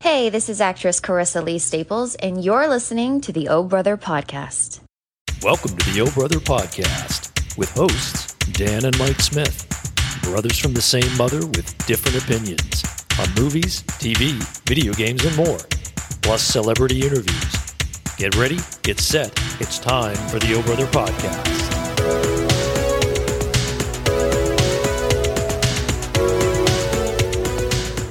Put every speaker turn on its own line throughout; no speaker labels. Hey, this is actress Carissa Lee Staples, and you're listening to the Oh Brother Podcast.
Welcome to the O Brother Podcast with hosts Dan and Mike Smith, brothers from the same mother with different opinions on movies, TV, video games, and more, plus celebrity interviews. Get ready, get set, it's time for the O Brother Podcast.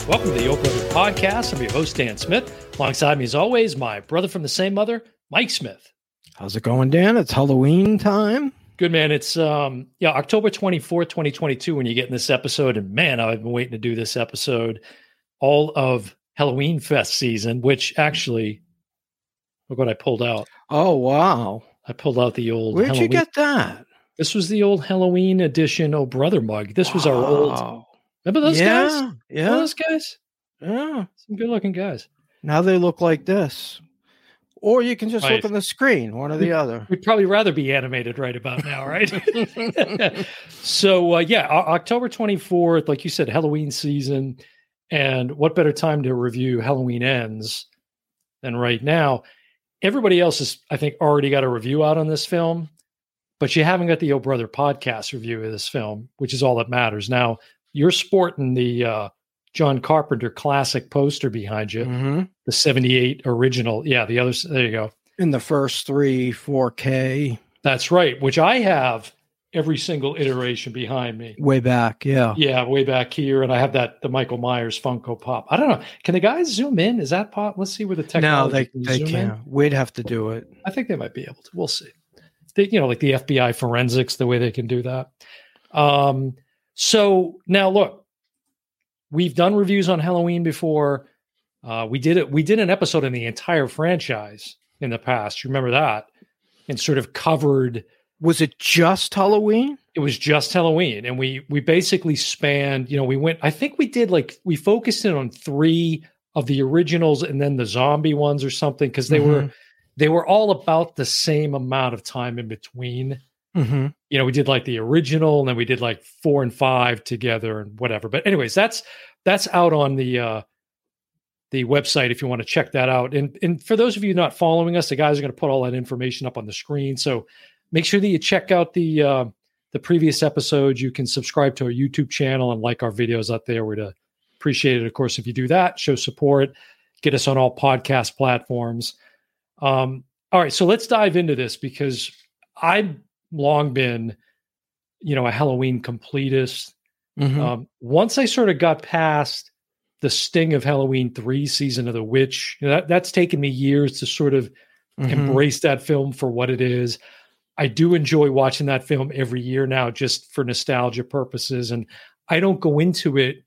Welcome to the O Brother Podcast. I'm your host, Dan Smith. Alongside me, as always, my brother from the same mother, Mike Smith.
How's it going, Dan? It's Halloween time.
Good man. It's um yeah, October 24th, 2022 when you get in this episode and man, I've been waiting to do this episode all of Halloween fest season, which actually look what I pulled out.
Oh wow,
I pulled out the old
where'd
Halloween.
you get that?
this was the old Halloween edition oh brother mug. This was our old
Wow.
Remember those
yeah,
guys? Remember
yeah,
those guys?
yeah.
Some good looking guys.
Now they look like this, or you can just
Right.
look on the screen, one or the other.
We'd probably rather be animated right about now, right? so uh, yeah, O- October 24th, like you said, Halloween season, and what better time to review Halloween Ends than right now? Everybody else has, I think, already got a review out on this film, but you haven't got the Oh Brother podcast review of this film, which is all that matters. Now you're sporting the uh, John Carpenter classic poster behind you,
Mhm.
the '78 original. Yeah, the other. s- There you go.
In the first three, four K,
That's right, which I have every single iteration behind me.
way back. Yeah,
Yeah, way back here, and I have that the Michael Myers Funko Pop. I don't know. Can the guys zoom in? Is that pop? Let's see where the
no,
technology
they
can
they
zoom in.
can't. We'd have to do it.
I think they might be able to. We'll see. They, you know, like the FBI forensics, the way they can do that. Um, so now look, we've done reviews on Halloween before. Uh, we did it. We did an episode on the entire franchise in the past. You remember that? And sort of covered
Was it just Halloween?
it was just Halloween, and we we basically spanned. You know, we went. I think we did like we focused in on three of the originals, and then the zombie ones or something because they were they were all about the same amount of time in between.
hmm
You know, we did like the original, and then we did like four and five together, and whatever. But anyways, that's that's out on the uh the website if you want to check that out. And and for those of you not following us, the guys are going to put all that information up on the screen. So make sure that you check out the uh, the previous episodes. You can subscribe to our YouTube channel and like our videos out there. We'd uh, appreciate it, of course, if you do that. Show support. Get us on all podcast platforms. Um, all right, so let's dive into this because I've long been, you know, a Halloween completist.
mm-hmm,
Um, once I sort of got past the sting of Halloween three, season of the witch, you know, that, that's taken me years to sort of
Mm-hmm.
embrace that film for what it is. I do enjoy watching that film every year now, just for nostalgia purposes, and I don't go into it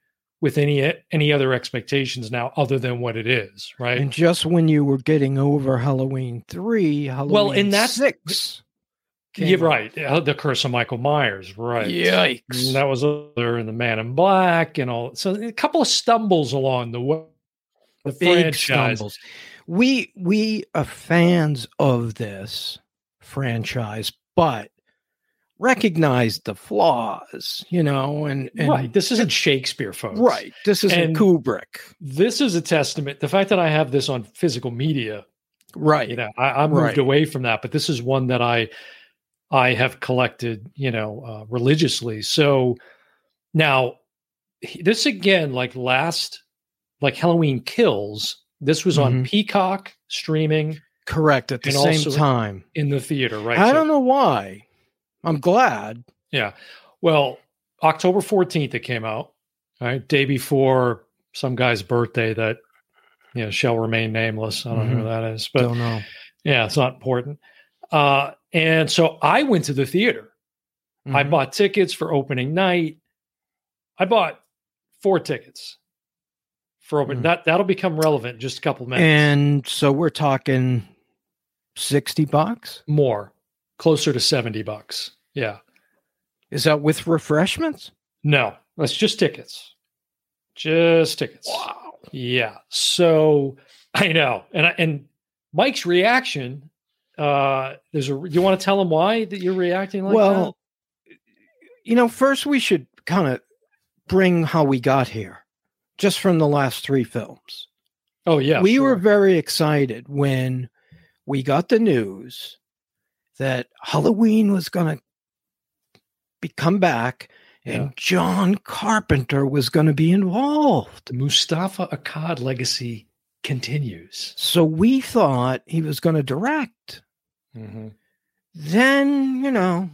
with any any other expectations now, other than what it is. Right?
And just when you were getting over Halloween three, Halloween well,
and
and
that's-
that's six.
yeah,
came out.
right. Uh, The Curse of Michael Myers. Right.
Yikes.
And that was there in the Man in Black and all. So a couple of stumbles along the way. The franchise.
stumbles. We we are fans of this franchise, but recognize the flaws, you know, and, and
right. This isn't Shakespeare, folks.
right, This isn't
And-
Kubrick,
This is a testament. The fact that I have this on physical media,
right?
you know, I, I moved
Right.
away from that, but this is one that I I have collected, you know, uh, religiously. So now he- this again, like last, like Halloween Kills. This was on
Mhm.
Peacock streaming
Correct at the
And
same
also-
time.
in the theater, right?
I
So-
don't know why. I'm glad.
Yeah. Well, October 14th it came out, all right? Day before some guy's birthday that you know shall remain nameless. I don't know who that is, but
Mm-hmm. don't know.
yeah, it's not important. Uh and so I went to the theater. I
Mhm.
bought tickets for opening night. I bought four tickets for open.
Mhm.
That that'll become relevant in just a couple minutes.
and so we're talking sixty bucks.
more, closer to 70 bucks. Yeah.
Is that with refreshments?
No, that's just tickets. Just tickets. Yeah. So I know, and I, and Mike's reaction. Uh, there's a. Do you want to tell him why that you're reacting like
well, you know, first we should kind of bring how we got here, just from the last three films.
Oh yeah,
we were
sure.
very excited when we got the news that Halloween was going to be come back
Yeah.
and John Carpenter was going to be involved.
Mustafa Akkad legacy continues.
So we thought he was going to direct. Then, you know,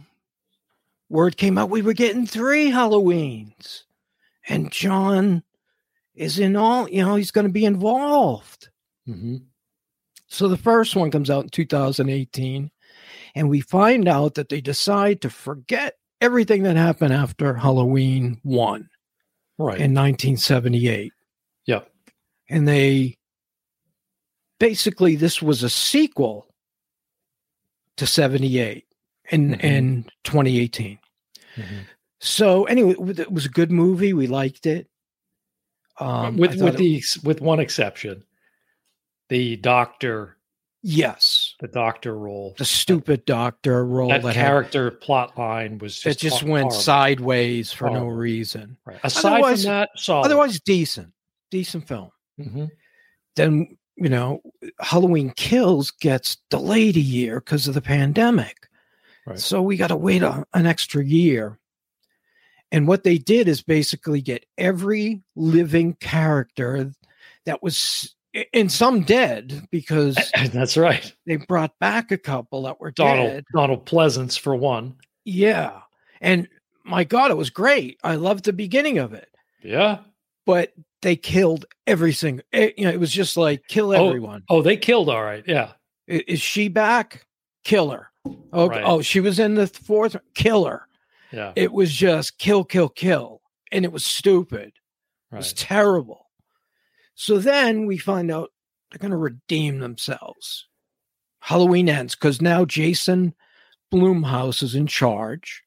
word came out we were getting three Halloweens and John is in all, you know, he's going to be involved. Mm-hmm.
hmm
So the first one comes out in 2018, and we find out that they decide to forget everything that happened after Halloween 1
Right.
in 1978.
Yep.
And they basically this was a sequel to 78 in
Mhm.
in 2018.
Mhm.
So anyway, it was a good movie. We liked it. Um, I
with
thought
with
it-
the ex- with one exception, the doctor
yes,
the doctor role
the stupid doctor role
that,
that had
character plot line was just
it just
hor-
went
horrible.
sideways for no
Horrible.
reason.
Right. Aside
Otherwise-
from that, solid.
Otherwise, decent, decent film.
Mhm.
Then you know, Halloween Kills gets delayed a year because of the pandemic,
Right.
so we got to wait a, an extra year. And what they did is basically get every living character that was, and some dead because
That's right.
they brought back a couple that were
Donald
dead.
Donald Pleasance for one.
Yeah, and my God, it was great. I loved the beginning of it.
Yeah.
but they killed every single it, you know it was just like kill
Oh.
everyone
Oh, they killed all right. Yeah.
I- is, she back kill her oh,
Right.
oh she was in the fourth kill her
Yeah.
it was just kill kill kill and it was stupid it was
Right.
terrible so then we find out they're going to redeem themselves halloween ends because now jason bloomhouse is in charge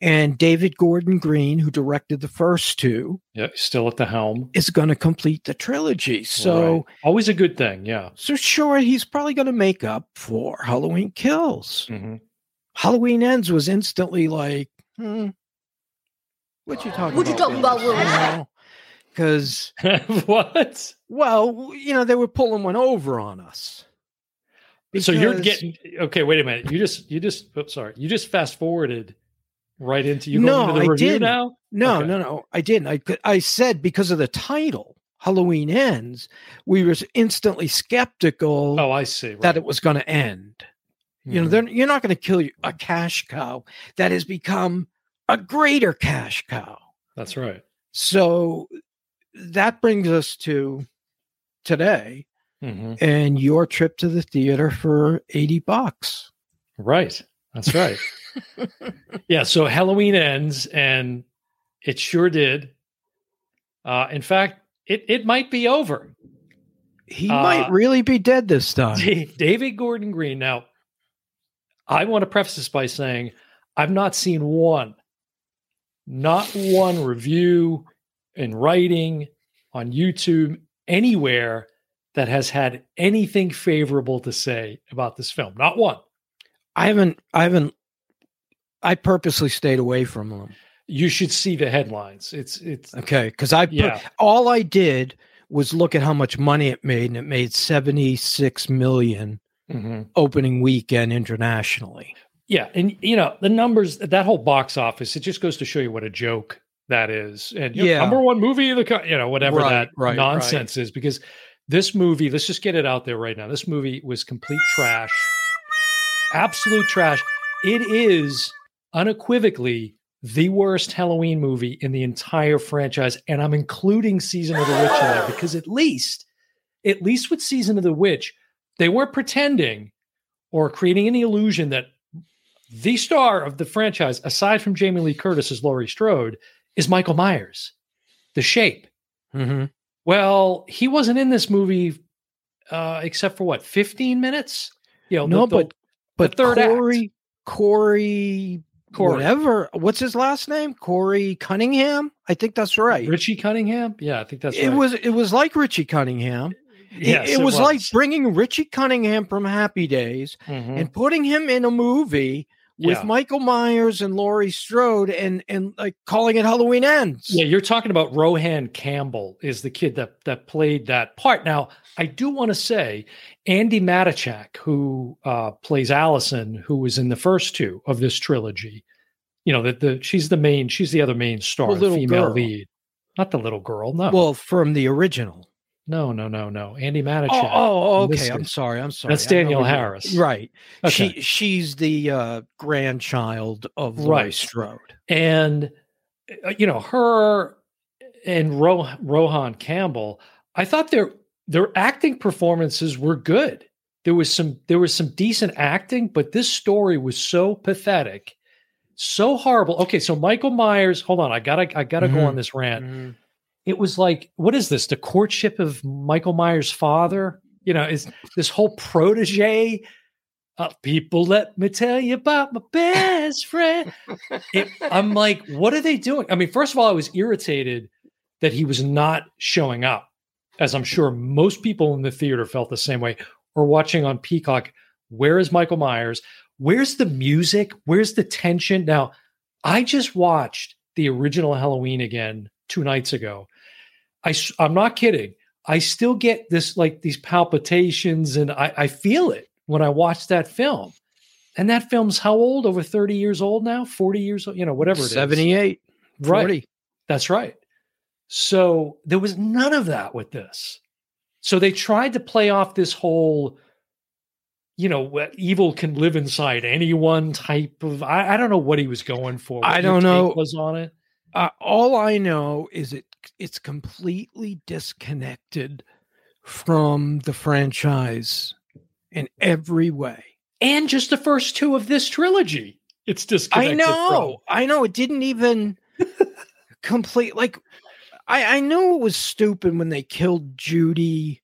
and david gordon green who directed the first two
Yeah. Still at the helm.
is going to complete the trilogy. So,
Right. always a good thing. Yeah.
so sure, he's probably going to make up for Halloween Kills.
Mm-hmm.
Halloween Ends was instantly like, hmm, what you talking
What you
about?
talking about,
Because
Mm-hmm. what?
well, you know, they were pulling one over on us.
So you're
Because-
getting okay. Wait a minute. You just you just oh, sorry. You just fast forwarded right into you
No,
going into the
I
review
didn't.
now.
no,
okay.
no, no. I didn't. I could- I said because of the title, Halloween Ends, we were instantly skeptical
Oh, I see. Right.
that it was going to end. You know,
Mhm.
they're, you're not going to kill you- a cash cow that has become a greater cash cow.
that's right.
So that brings us to today
hmm
and your trip to the theater for 80 bucks.
Right. That's right. yeah. So Halloween ends, and it sure did. Uh, in fact, it it might be over.
He
Uh,
might really be dead this time.
Da- David Gordon Green. Now, I want to preface this by saying I've not seen one, not one review in writing on YouTube anywhere that has had anything favorable to say about this film. Not one.
I haven't, I haven't, I purposely stayed away from them.
You should see the headlines. It's it's
Okay. Cause I, put-
yeah.
all I did was look at how much money it made and it made 76 million mm-hmm.
Mhm.
opening weekend internationally.
Yeah, and you know the numbers. That whole box office. It just goes to show you what a joke that is. And you know,
Yeah.
number one movie of the co- you know whatever
Right,
that
right,
nonsense is. Because this movie, let's just get it out there right now. This movie was complete trash, absolute trash. It is unequivocally the worst Halloween movie in the entire franchise, and I'm including Season of the Witch in there because at least, at least with Season of the Witch, they weren't pretending or creating any illusion that the star of the franchise, aside from Jamie Lee Curtis as Laurie Strode, is Michael Myers, the shape.
Mm-hmm.
Well, he wasn't in this movie uh, except for what, 15 minutes? You know,
No,
the- the-
but but
third act.
Corey, Corey,
Corey.
whatever. What's his last name? Corey Cunningham. I think that's right.
Richie Cunningham? Yeah, I think that's
it
right.
was it was like Richie Cunningham. It-
Yes,
it, was, like bringing Richie Cunningham from Happy Days
Mhm.
and putting him in a movie with
Yeah.
Michael Myers and Laurie Strode and and like calling it Halloween Ends.
Yeah, you're talking about Rohan Campbell is the kid that that played that part. Now, I do want to say Andy Matichak, who uh, plays Allison, who was in the first two of this trilogy. You know that the she's the main, she's the other main star,
The
the
little
female
girl.
lead, not the little girl. No,
Well, from the original.
no, no, no, no. Andy Matichak.
Oh, oh, oh,
And this
okay. I'm
is-
sorry. I'm sorry.
That's
I know
Daniel
what you're-
Harris.
Right.
Okay.
oh, She she's the uh, grandchild of Laurie
Right.
Strode.
and uh, you know her and Ro- Rohan Campbell. I thought their their acting performances were good. There was some there was some decent acting, but this story was so pathetic, so horrible. Okay, so Michael Myers. Hold on, I gotta I gotta go
Mhm.
on this rant. It was like what is this? The courtship of Michael Myers' father. You know, is this whole protege? Uh, people, let me tell you about my best friend it, I'm like, what are they doing? I mean, first of all, I was irritated that he was not showing up, as I'm sure most people in the theater felt the same way or watching on Peacock. Where is Michael Myers? Where's the music? Where's the tension? Now, I just watched the original Halloween again two nights ago. I, s- I'm not kidding. I still get this, like these palpitations, and I, I feel it when I watch that film. And that film's how old? Over 30 years old now? 40 years old? You know, whatever it is.
78,
Right.
40.
That's right. So there was none of that with this. So they tried to play off this whole, you know, what evil can live inside anyone type of. I, I don't know what he was going for. what
I
your
don't
take
know.
Was on it.
Uh, all I know is it it's completely disconnected from the franchise in every way.
and just the first two of this trilogy. It's
I
disconnected.
know. I know. It didn't even complete. Like, I, I know it was stupid when they killed Judy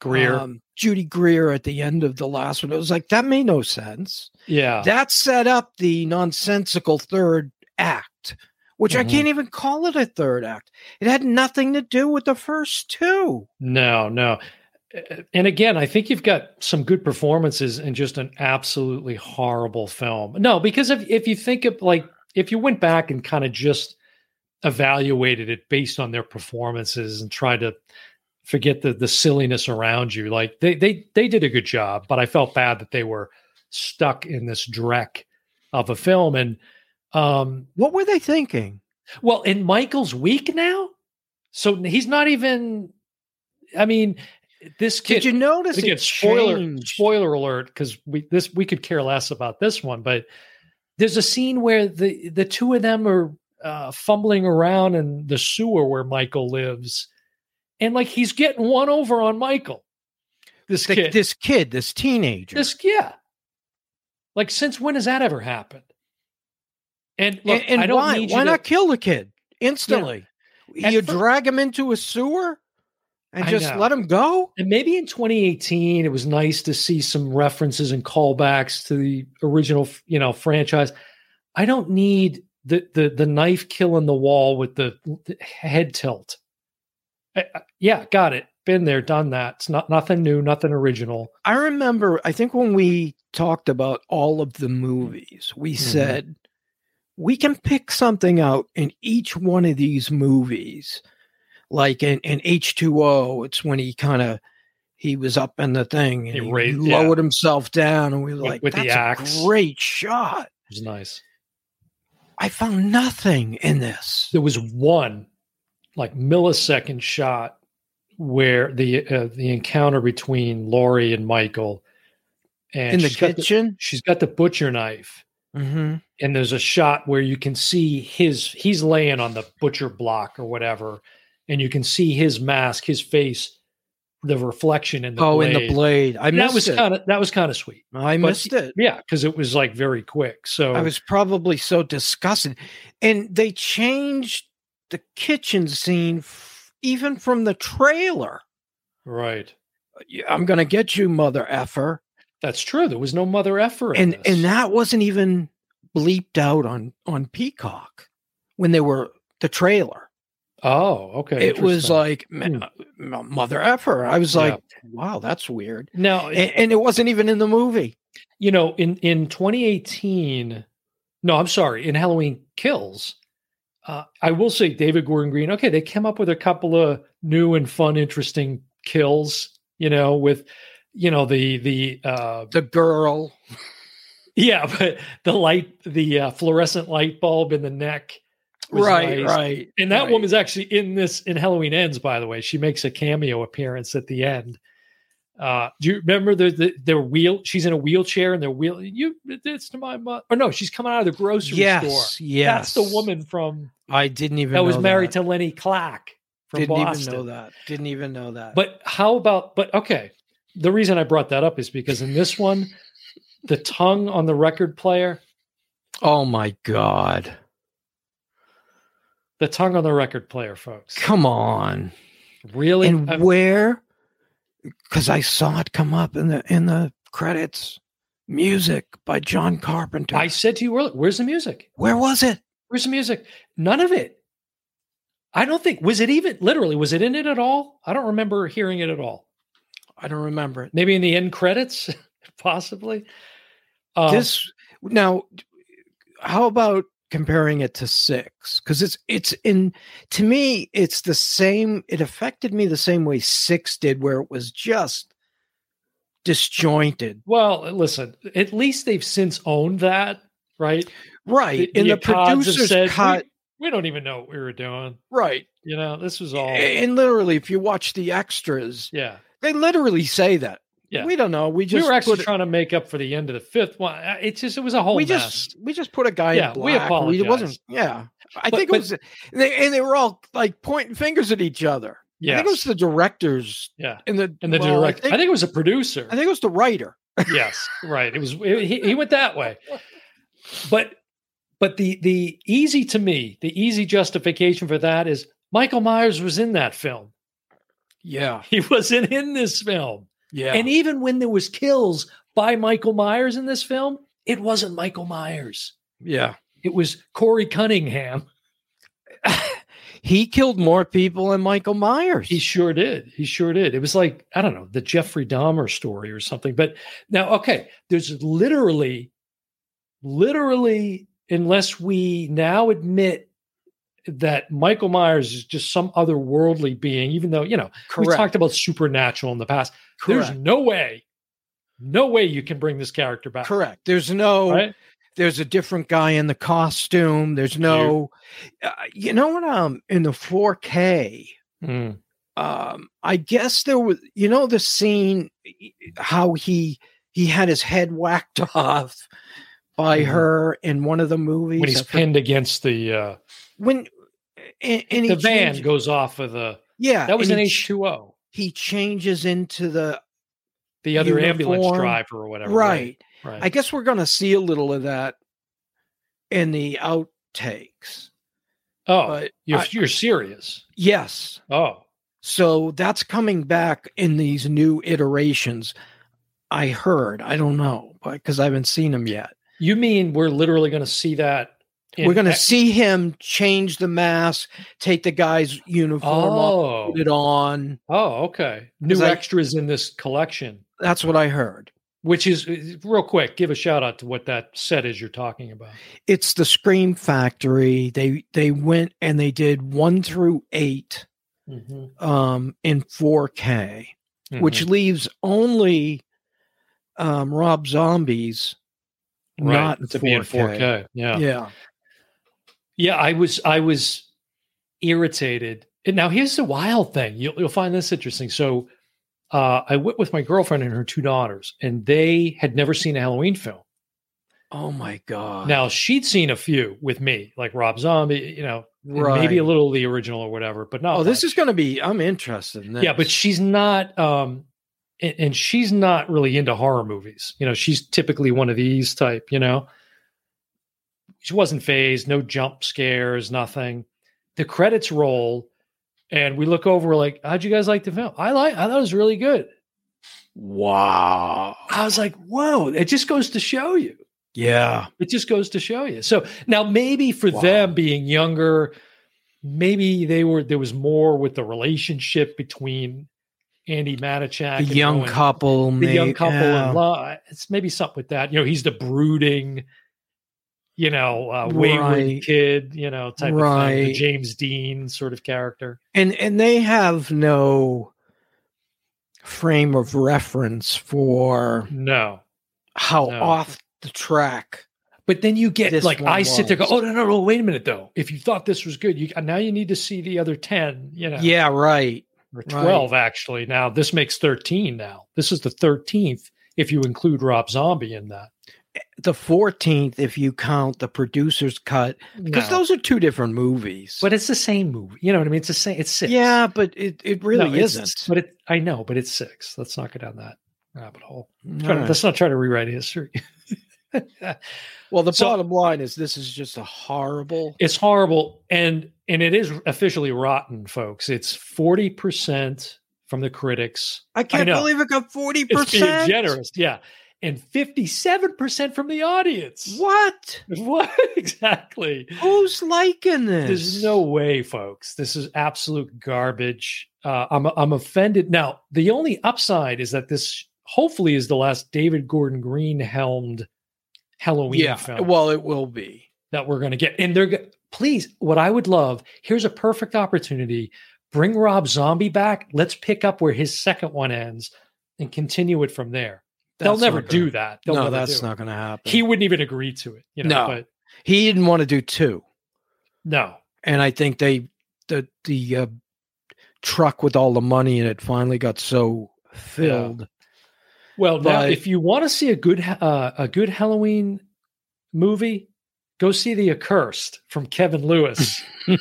from Greer.
um, Judy Greer at the end of the last one. It was like, that made no sense.
yeah,
That set up the nonsensical third act, which I
Mhm.
can't even call it a third act. It had nothing to do with the first two.
no, no. Uh, And again, I think you've got some good performances and just an absolutely horrible film. No, because if if you think of like if you went back and kind of just evaluated it based on their performances and tried to forget the the silliness around you, like they they they did a good job, but I felt bad that they were stuck in this dreck of a film. And um,
What were they thinking?
Well, and Michael's weak now, so he's not even. I mean, this kid.
Did you notice
again,
it
spoiler
changed?
spoiler alert, because we this we could care less about this one, but there's a scene where the the two of them are uh, fumbling around in the sewer where Michael lives, and like he's getting one over on Michael. This
The-
kid,
This kid, this teenager.
this yeah. Like, since when has that ever happened? And look,
and and
I don't
why?
need you
Why
to-
not kill the kid instantly?
At
You
fir-
drag him into a sewer and
I
just
know.
let him go?
And maybe in 2018, it was nice to see some references and callbacks to the original, you know, franchise. I don't need the the the knife kill in the wall with the, the head tilt. I- I- yeah, got it. Been there, done that. It's not nothing new, nothing original.
I remember, I think when we talked about all of the movies, we
Mhm.
said we can pick something out in each one of these movies. Like in, in H2O, it's when he kind of he was up in the thing and
He
he,
raised- yeah.
lowered himself down and we were
With-
like
with the
That's a
axe."
great shot.
It was nice.
I found nothing in this.
There was one like millisecond shot where the uh, the encounter between Laurie and Michael, and
in the
she's got
kitchen.
she's got the butcher knife.
mm-hmm.
and there's a shot where you can see his he's laying on the butcher block or whatever and you can see his mask his face the reflection in the
oh,
blade.
in the blade. I
that
missed
was
it.
kind of that was kind of sweet
I
but-
missed it.
yeah because it was like very quick so
I was probably so disgusted. And they changed the kitchen scene f- even from the trailer.
right
Yeah, I'm going to
Mm.
get you, mother effer.
that's true there was no mother effort in
And
this.
and that wasn't even bleeped out on on Peacock when they were the trailer.
oh okay
it was
interesting.
like
Hmm.
"Ma- ma- mother effer. I was
Yeah.
like, wow, that's weird.
now
And, and it wasn't even in the movie.
you know, in in 2018, no, I'm sorry, in Halloween Kills, uh, I will say David Gordon Green. Okay, they came up with a couple of new and fun, interesting kills. You know, with you know the the uh,
The girl.
yeah, but the light, the uh, fluorescent light bulb in the neck. was nice.
right.
And that
right.
woman's actually in this in Halloween Ends, by the way. She makes a cameo appearance at the end. Uh, do you remember the, the their wheel? She's in a wheelchair and they're wheel. You, it's to my mother. Or no, she's coming out of the grocery
yes,
store.
Yes.
That's the woman from
I didn't even
that was
know
married
that.
to Lenny Clark from
Didn't
Boston.
even know that. Didn't even know that.
But how about? But okay, the reason I brought that up is because in this one, the tongue on the record player,
oh my god.
the tongue on the record player, folks.
Come on.
Really?
and
I'm-
where because i saw it come up in the in the credits music by john carpenter
I said to you earlier, where's the music?
where was it
Where's the music? None of it. I don't think was it even literally was it in it at all? I don't remember hearing it at all.
i don't remember it
Maybe in the end credits, possibly. Um,
this now how about comparing it to six because it's it's in to me it's the same it affected me the same way six did where it was just disjointed
well, listen. At least they've since owned that, right?
right in the
Akkads have
producer's
said,
cut
we, we don't even know what we were doing.
right
You know, this was all.
and literally if you watch the extras
yeah,
They literally say that.
Yeah.
We don't know. We just
we were actually
put,
trying to make up for the end of the fifth one. Uh, It's just it was a whole
we
mess.
just we just put a guy
Yeah,
in
we
black.
apologize.
It wasn't. Yeah. I
But-
think
but-
it was and they, and they were all like pointing fingers at each other. I
yeah,
think it was the directors
yeah.
and the
And the
well,
director,
I think,
I think it was a producer.
I think it was the writer.
yes right it was it- he, he went that way but but the the easy to me the easy justification for that is michael myers was in that film
Yeah.
he wasn't in this film
Yeah.
and even when there was kills by michael myers in this film it wasn't michael myers
yeah.
it was corey cunningham
He killed more people than Michael Myers.
he sure did he sure did it was like i don't know the jeffrey dahmer story or something but now okay there's literally literally unless we now admit that michael myers is just some otherworldly being even though you know we
Correct.
talked about supernatural in the past
Correct.
there's no way no way you can bring this character back
Correct. There's no
right
there's a different guy in the costume. There's no uh, you know what um in the 4K
Mm,
um i guess there was you know the scene how he he had his head whacked off by
Mhm.
her in one of the movies
when he's
I forget-
pinned against the uh
when and, and he
the van
change-
goes off of the
yeah
that was an
and he, ch-
h2o
he changes into the
the other ambulance
Uniform.
driver or whatever
right
right
i guess we're gonna see a little of that in the outtakes
Oh,
but
you're,
I-
you're serious.
yes
Oh,
so that's coming back in these new iterations i heard i don't know because i haven't seen them yet
you mean we're literally going to see that? in-
We're going to see him change the mask, take the guy's uniform off,
Oh,
put it on.
oh, okay. New
'Cause I-
extras in this collection,
That's what I heard.
which is uh, real quick. Give a shout out to what that set is you're talking about.
It's the Scream Factory. They they went and they did 1 through 8
Mm-hmm.
um in 4K, which leaves only um Rob Zombies
Mm-hmm. Right,
not in
to be in
4K.
4K. Yeah.
Yeah.
yeah, I was, I was irritated. And now here's the wild thing. You'll, you'll find this interesting. So, uh, I went with my girlfriend and her two daughters, and they had never seen a Halloween film.
Oh my god.
Now she'd seen a few with me, like Rob Zombie, you know, and maybe a
Right.
little of the original or whatever, but not.
Oh, this
much.
is going to be I'm interested in this.
yeah, but she's not, um, and, and she's not really into horror movies. You know, she's typically one of these type. You know, she wasn't phased, no jump scares, nothing. The credits roll, and we look over, we're like, "How'd you guys like the film? I like, I thought it was really good."
wow.
I was like, "Whoa!" It just goes to show you.
Yeah.
It just goes to show you. So now maybe for
Wow.
them being younger, maybe they were there was more with the relationship between Andy Matichak,
The
and
young
Rowan-
couple,
the young
may-
couple
yeah.
in love. It's maybe something with that. You know, he's the brooding, you know, uh, wayward
Right.
kid, you know, type of thing, the
Right.
James Dean sort of character.
and and they have no frame of reference for
No.
how
No.
off the track
But then you get
This
like
one
I sit there go,
was.
oh no, no, no, wait a minute though. If you thought this was good, you uh, now you need to see the other 10, you know,
yeah right
or
right.
12 actually. Now this makes 13 now. This is the 13th if you include Rob Zombie in that.
the 14th if you count the producer's cut because
No.
those are two different movies
but it's the same movie. You know what I mean? It's the same, it's six.
yeah but it, it really
No, it's-
isn't
But it, I know, but it's six. Let's not go down that rabbit hole. Try to-
Alright.
Let's not try to rewrite history.
well the
so-
bottom line is this is just a horrible
it's horrible, and and it is officially rotten, folks. It's forty percent from the critics.
i can't
know.
believe it got 40%
It's being generous, yeah, and fifty-seven percent from the audience.
what
What exactly?
who's liking this
There's no way, folks. This is absolute garbage. Uh, I'm I'm offended. Now, the only upside is that this hopefully is the last David Gordon Green helmed Halloween
yeah
film
well it will be
that we're going to get. And they're go- please, what I would love here's a perfect opportunity. Bring Rob Zombie back. Let's pick up where his second one ends and continue it from there. They'll
That's
never
not gonna-
do that. They'll
no
never
that's
do it.
not gonna happen
He wouldn't even agree to it. You know,
No.
but
he didn't want to do two
no.
and I think they the the uh, truck with all the money in it finally got so filled.
Well, now
But-
if you want to see a good ha- uh, a good Halloween movie, go see The Accursed from Kevin Lewis. uh,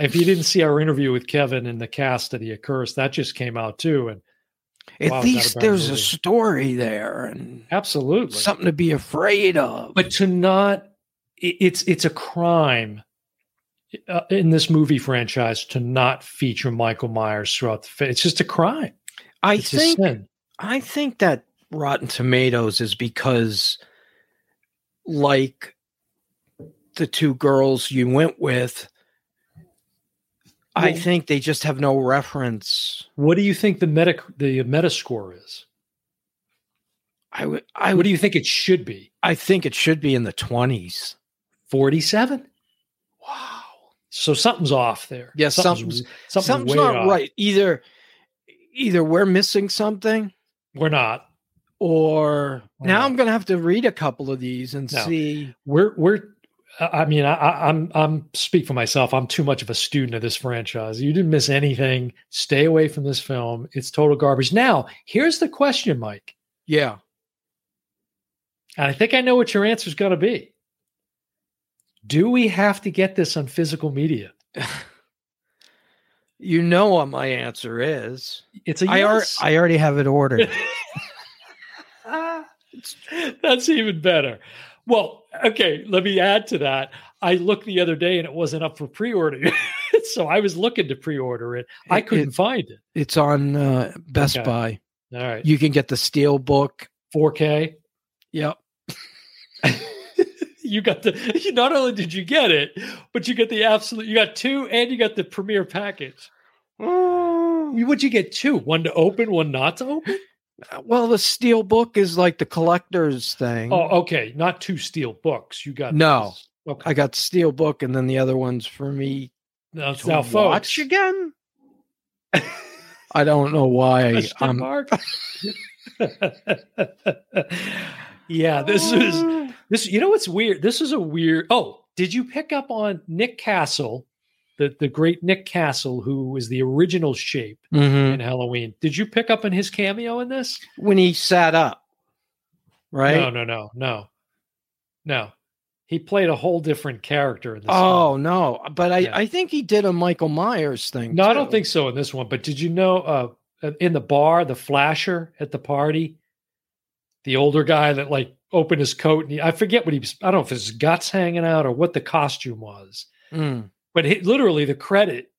if you didn't see our interview with Kevin and the cast of The Accursed, that just came out too, and
At
Wow, is that a
least
bad
there's a
movie?
story there and
absolutely
something to be afraid of.
But to not, i- it's it's a crime uh, in this movie franchise to not feature Michael Myers throughout the. Fa- it's just a crime.
I
It's a
think
sin.
I think that Rotten Tomatoes is because like the two girls you went with I
Well-
think they just have no reference.
What do you think the meta the metascore is?
I would I
What
would
do you think it should be?
I think it should be in the 20s.
Forty seven.
Wow.
So something's off there.
Yeah,
something's something's,
Something's
way
not
off.
right. Either either we're missing something
We're not.
or
Or
now
not.
I'm gonna have to read a couple of these and
No.
see.
We're we're. I I mean, I, I, I'm I'm speak for myself. I'm too much of a student of this franchise. You didn't miss anything. Stay away from this film. It's total garbage. Now, here's the question, Mike,
Yeah.
and I think I know what your answer's going to be. Do we have to get this on physical media?
You know what my answer is.
It's a
I, ar-
yes.
I already have it ordered.
That's even better. Well, okay, let me add to that. I looked the other day and it wasn't up for pre-order. so I was looking to pre-order it. I
It-
couldn't
it-
find it.
it's on uh, Best
Okay.
Buy.
All right.
You can get the steel book.
4K.
Yep.
you got the you- not only did you get it, but you get the absolute you got two and you got the premiere package.
well,
Would Mm, you get two? One to open, one not to open?
Uh, the steel book is like the collector's thing.
Oh, okay. Not two steel books. You got
Mm-hmm. No.
Okay.
I got steel book, and then the other one's for me
Now,
to
now
watch
folks,
again. I don't know why.
Question
I'm
mark. yeah, this is this. You know what's weird? This is a weird. Oh, did you pick up on Nick Castle, the the great Nick Castle, who was the original Shape
Mhm.
in Halloween? Did you pick up on his cameo in this?
when he sat up, right?
No, no, no, no, no. He played a whole different character in this.
Oh no! But I,
Yeah.
I think he did a Michael Myers thing.
one. no, I don't
too.
think so in this one. But did you know uh, in the bar, the flasher at the party, the older guy that like opened his coat and he, I forget what he was. I don't know if his guts hanging out or what the costume was.
Mm.
But he, literally, the credit,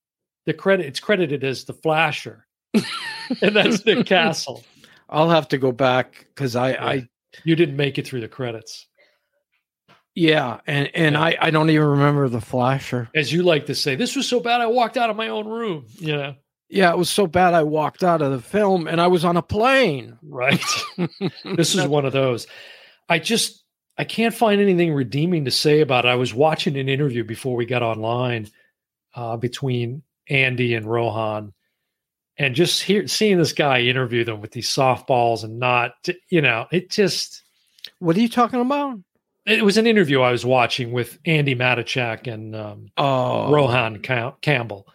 the credit, it's credited as the flasher, and that's Nick Castle.
I'll have to go back because I,
Yeah.
I,
You didn't make it through the credits,
yeah, and and
Yeah.
I, I don't even remember the flasher.
as you like to say. This was so bad, I walked out of my own room. You know.
Yeah, it was so bad I walked out of the film and I was on a plane.
Right. this is one of those. I just I can't find anything redeeming to say about it. I was watching an interview before we got online uh, between Andy and Rohan, and just hear, seeing this guy interview them with these softballs and not, you know, it just
What are you talking about?
it was an interview I was watching with Andy Matichak and um,
Oh,
Rohan Ca- Campbell,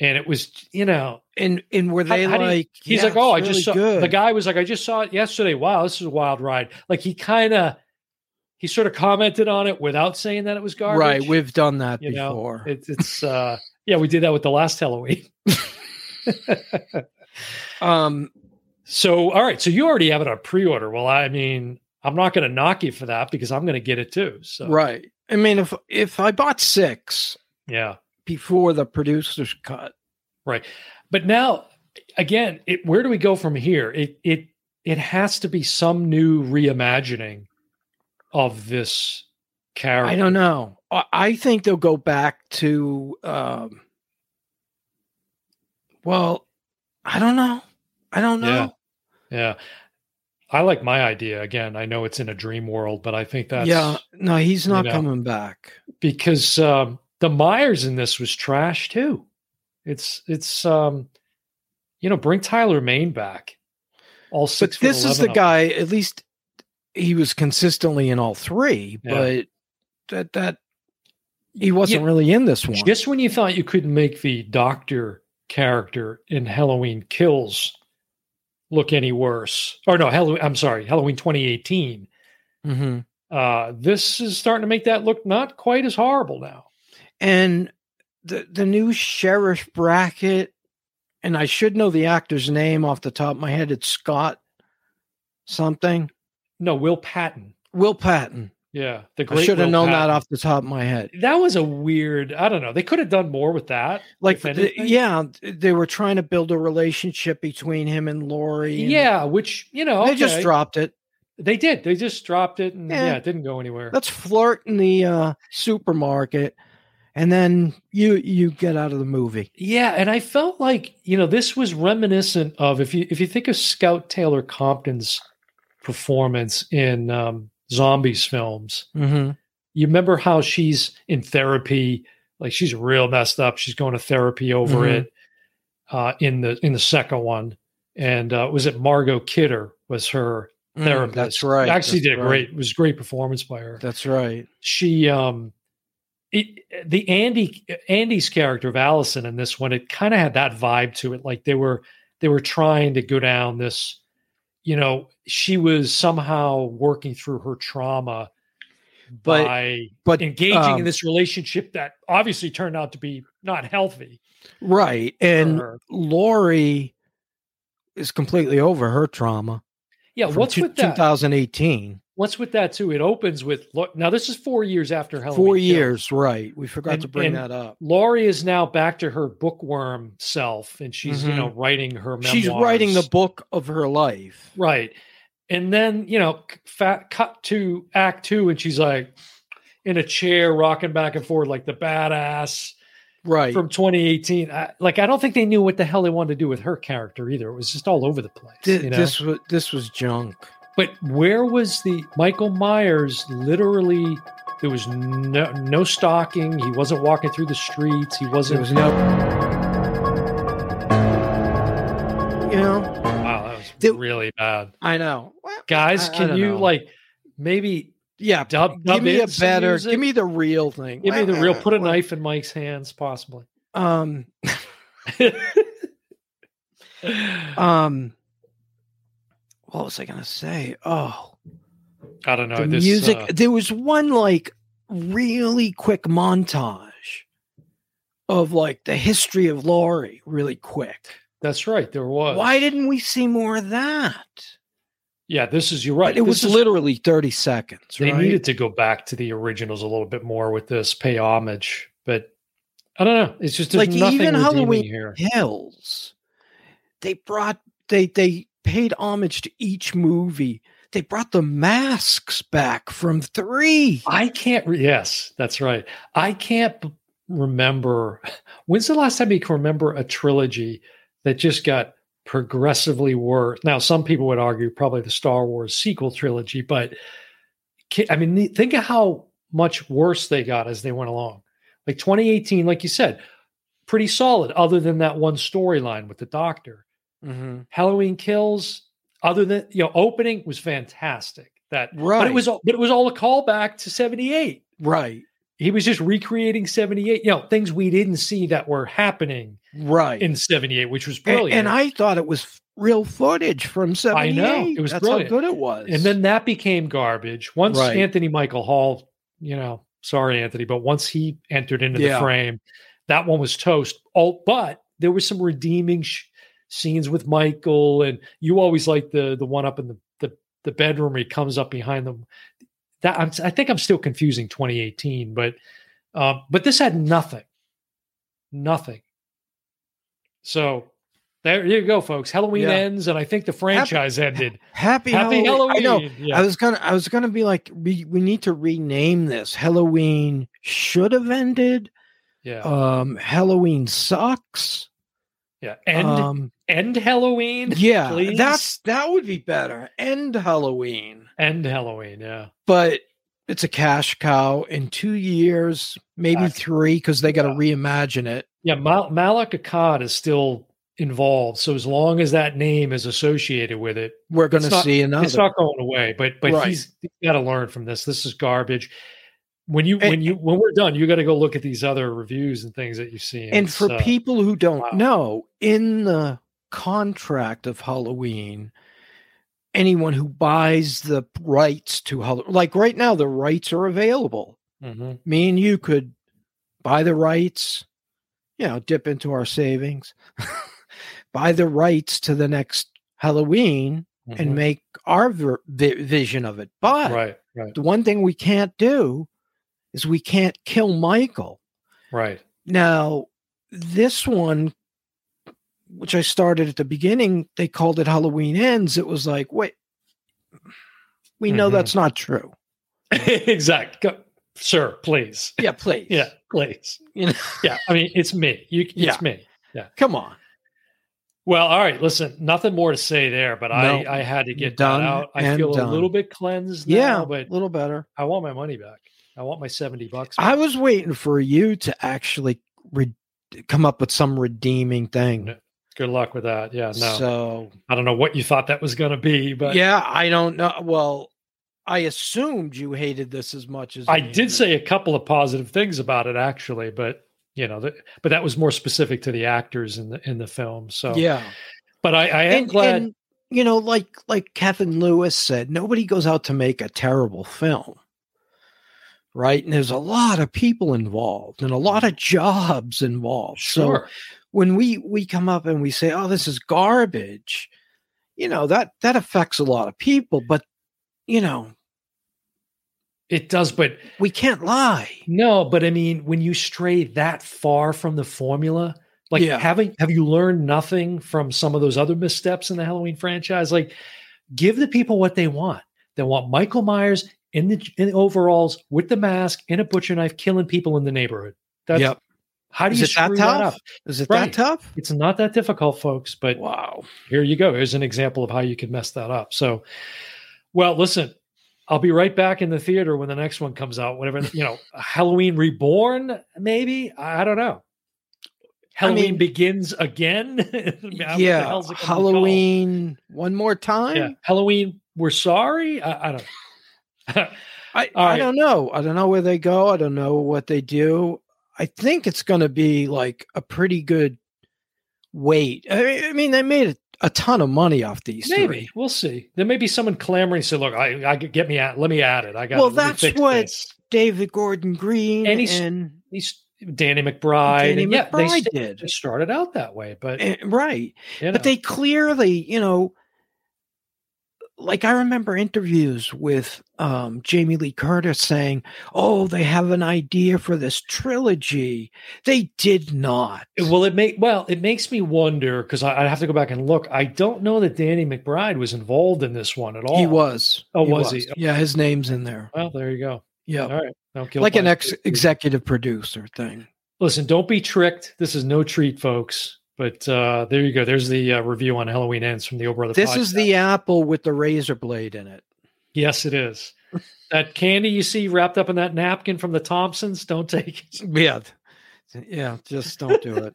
and it was you know
and and were they
how do you-
like?
he's
"Yeah,
like oh I
it's
just saw
really good.
the guy was like I just saw it yesterday wow this is a wild ride like he kind of he sort of commented on it without saying that it was garbage
Right, we've done that
you know,
before.
It's it's uh yeah, we did that with the last Halloween.
um,
So all right, so you already have it on pre-order. Well, I mean, I'm not gonna knock you for that because I'm gonna get it too. So
right. I mean, if if I bought six
yeah.
before the producer's cut,
But now again, it, where do we go from here? It it it has to be some new reimagining of this character.
I don't know. I, I think they'll go back to. Um, well, I don't know. I don't know.
Yeah. Yeah. I like my idea. Again, I know it's in a dream world, but I think that's
yeah, no, he's
you
not
know.
coming back.
because um, the Myers in this was trash too. It's it's um, you know bring Tyler Maine back. All
But
six. foot
this is
11
the
of
guy. At least he was consistently in all three.
Yeah.
But that that he wasn't
Yeah.
really in this
them.
one.
Just when you thought you couldn't make the Doctor character in Halloween Kills look any worse, or no, Halloween. I'm sorry, Halloween 2018.
Mhm.
Uh, this is starting to make that look not quite as horrible now.
and the the new sheriff bracket and i should know the actor's name off the top of my head it's scott something
No, Will Patton.
will patton
Yeah, the
i
great.
should have
Will
known
Patton.
that off the top of my head
That was a weird. I don't know. They could have done more with that.
like
if
the-
anything.
yeah they were trying to build a relationship between him and lori and
Yeah, which you know
they just
okay.
dropped it
They did. They just dropped it, and yeah,
Yeah.
it didn't go anywhere.
let's flirt in the uh, supermarket and then you you get out of the movie
yeah, and I felt like you know this was reminiscent of if you if you think of Scout Taylor Compton's performance in um, zombies films.
mm-hmm.
You remember how she's in therapy, like she's real messed up. She's going to therapy over
Mhm.
it uh, in the in the second one, and uh, was it Margot Kidder was her therapist?
Mm, that's right
Mm. Actually,
that's
did a
right.
great. It was a great performance by her.
that's right
she um it, the andy andy's character of allison in this one it kind of had that vibe to it like they were they were trying to go down this you know she was somehow working through her trauma
But-
by
but
engaging in
um,
this relationship that obviously turned out to be not healthy
right
for
and
her.
Lori is completely over her trauma.
yeah
from
what's
two-
with that
2018.
what's with that too it opens with look now this is four years after Halloween
Four
Kills.
years, right. We forgot
And-
to bring
and
that up.
Laurie is now back to her bookworm self, and she's you
Mhm.
know writing her memoirs.
She's writing the book of her life.
right, and then you know c- fa cut to Act Two, and she's like in a chair, rocking back and forth like the badass
Right.
from 2018. I, like I don't think they knew what the hell they wanted to do with her character either. It was just all over the place.
Thi-
you know?
This was this was junk.
but where was the Michael Myers? Literally, there was no no stalking. He wasn't walking through the streets. He
There
wasn't.
was no You know,
wow, that was
There-
really bad.
I know. Well,
guys
I- I
can
don't
you
know.
like maybe
yeah,
dub,
give
dub
me
in
a
some
better,
music?
give me the real thing.
give me the real put a
Well,
knife in mike's hands possibly
Um, um, what was I gonna say? Oh,
i don't know
the
this
music.
uh,
there was one like really quick montage of like the history of Laurie, really quick.
that's right there was
Why didn't we see more of that?
yeah this is you're right
But it was
This is-
literally thirty seconds.
they
right?
needed to go back to the originals a little bit more with this pay homage but i don't know it's just there's
Like,
nothing
even
redeeming
Halloween-
here
Hills. They brought they they paid homage to each movie. They brought the masks back from three.
i can't re- yes that's right i can't b- remember when's the last time you can remember a trilogy that just got progressively worse. Now, some people would argue probably the Star Wars sequel trilogy, but I mean, think of how much worse they got as they went along. Like 2018, like you said, pretty solid, other than that one storyline with the Doctor.
Mm-hmm.
Halloween Kills, other than you know, opening was fantastic. That but
Right.
it was all but it was all a callback to 78.
Right.
He was just recreating 78, you know, things we didn't see that were happening
Right.
in 78, which was
A-
brilliant.
And, I thought it was f- real footage from 78.
It was
That's
brilliant.
how good it was.
and then that became garbage once
Right.
anthony michael hall you know sorry anthony but once he entered into
Yeah.
the frame that one was toast all but there were some redeeming sh- scenes with michael and you always like the the one up in the the, the bedroom where he comes up behind them that I'm, i think i'm still confusing 2018 but um but this had nothing nothing so there you go folks halloween
Yeah.
ends and i think the franchise ended
Happy,
Happy Halloween.
Halloween. I know.
Yeah.
I was gonna I was gonna be like we, we need to rename this. Halloween should have ended.
yeah.
Um Halloween sucks.
yeah. End
um
end Halloween.
yeah,
please.
that's that would be better. End Halloween.
End Halloween. Yeah.
But it's a cash cow in 2 years, maybe
Back.
3 cuz they got to
Yeah.
reimagine it.
Yeah. Mal- Malik Akkad is still involved. So as long as that name is associated with it,
We're going to
not-
see another
it's not going away. But but
Right.
he's, he's got to learn from this. This is garbage. When you
And-
when you when we're done, you got to go look at these other reviews and things that you've seen.
And for
So,
people who don't
wow.
know, in the contract of Halloween, anyone who buys the rights to Halloween, like right now, the rights are available.
mhm.
Me and you could buy the rights, you know, dip into our savings, buy the rights to the next Halloween and
Mhm.
make our ver- vi- vision of it. But
right, right,
the one thing we can't do is we can't kill Michael.
right.
Now, this one, which I started at the beginning, they called it Halloween Ends. It was like, wait, we know
Mhm.
that's not true.
exact. Go, sir, please.
Yeah, please.
Yeah, please.
You know?
Yeah, I mean, it's me. You, it's
Yeah.
me.
Come on.
Well, all right. Listen, nothing more to say there, but
No.
I, I had to get done
Done
out. I
and
feel
done.
a little bit cleansed now,
yeah,
but
a little better.
I want my money back. I want my 70 bucks.
I
back.
was waiting for you to actually re- come up with some redeeming thing.
No, Good luck with that. Yeah, uh, no.
So,
I don't know what you thought that was going to be, but
yeah, I don't know. Well, I assumed you hated this as much as
I
me.
did say a couple of positive things about it actually, but you know, th- but that was more specific to the actors in the in the film. So,
Yeah.
but I, I am
and,
glad.
and, you know, like like Kevin Lewis said, nobody goes out to make a terrible film, right? And there's a lot of people involved and a lot of jobs involved. So
Mm. sure.
when we we come up and we say, "Oh, this is garbage," you know that that affects a lot of people. But you know,
it does, but
we can't lie.
No, but I mean, when you stray that far from the formula, like
Yeah.
having have you learned nothing from some of those other missteps in the Halloween franchise? Like, give the people what they want. They want Michael Myers in the in overalls with the mask and a butcher knife, killing people in the neighborhood. That's
yep.
how do
Is
you
it that
screw that
tough?
up?
Is it
Right.
that tough?
It's not that difficult, folks. But
Wow.
here you go. Here's an example of how you could mess that up. So, well, listen, I'll be right back in the theater when the next one comes out. Whatever, you know, Halloween Reborn, maybe? I I don't know. Halloween
mean-
begins again. I mean, what the
yeah.
hell's it gonna be called?
Halloween one more time.
Yeah. Halloween, we're sorry. I, I don't know.
I,
All right.
I don't know. I don't know where they go. I don't know what they do. I think it's going to be like a pretty good wait. I mean, I mean, they made a, a ton of money off these
maybe
three.
we'll see. There may be someone clamoring. Say, look, I, I get me at. Let me add it. I got.
Well, that's what-
this.
David Gordon Green
And
and,
he's- these Danny McBride.
Danny
and yeah, they
McBride
sta-
did.
They started out that way, but
Eh, right.
you
But
know.
they clearly, you know, like I remember interviews with um, Jamie Lee Curtis saying, "Oh, they have an idea for this trilogy." They did not.
Well, it make well, it makes me wonder because I, I have to go back and look. I don't know that Danny McBride was involved in this one at all.
He was.
Oh, was he?
Yeah, his name's in there.
Well, there you go.
Yeah.
All right, Don't kill
like an
my-
ex executive producer thing.
Listen, don't be tricked. This is no treat, folks. But uh, there you go. There's the uh, review on Halloween Ends from the Old Brother.
This is
podcast.
the apple with the razor blade in it.
yes, it is. that candy you see wrapped up in that napkin from the Thompsons. Don't take it.
Yeah. Yeah, just don't do it.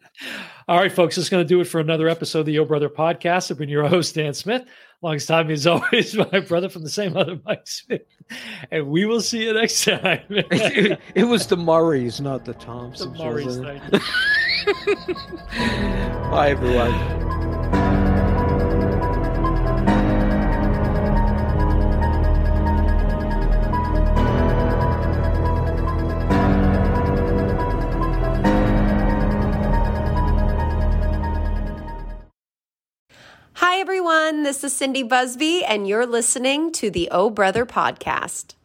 All right, folks, that's going to do it for another episode of the Yo Brother podcast. I've been your host, Dan Smith. Alongside me, as always, my brother from the same mother, Mike Smith. And we will see you next time.
it. was the Murrays, not the Thompsons.
The
was
Murray's
it?
night.
Bye, everyone.
Hi, everyone. This is Cindy Busby, and you're listening to the Oh Brother podcast.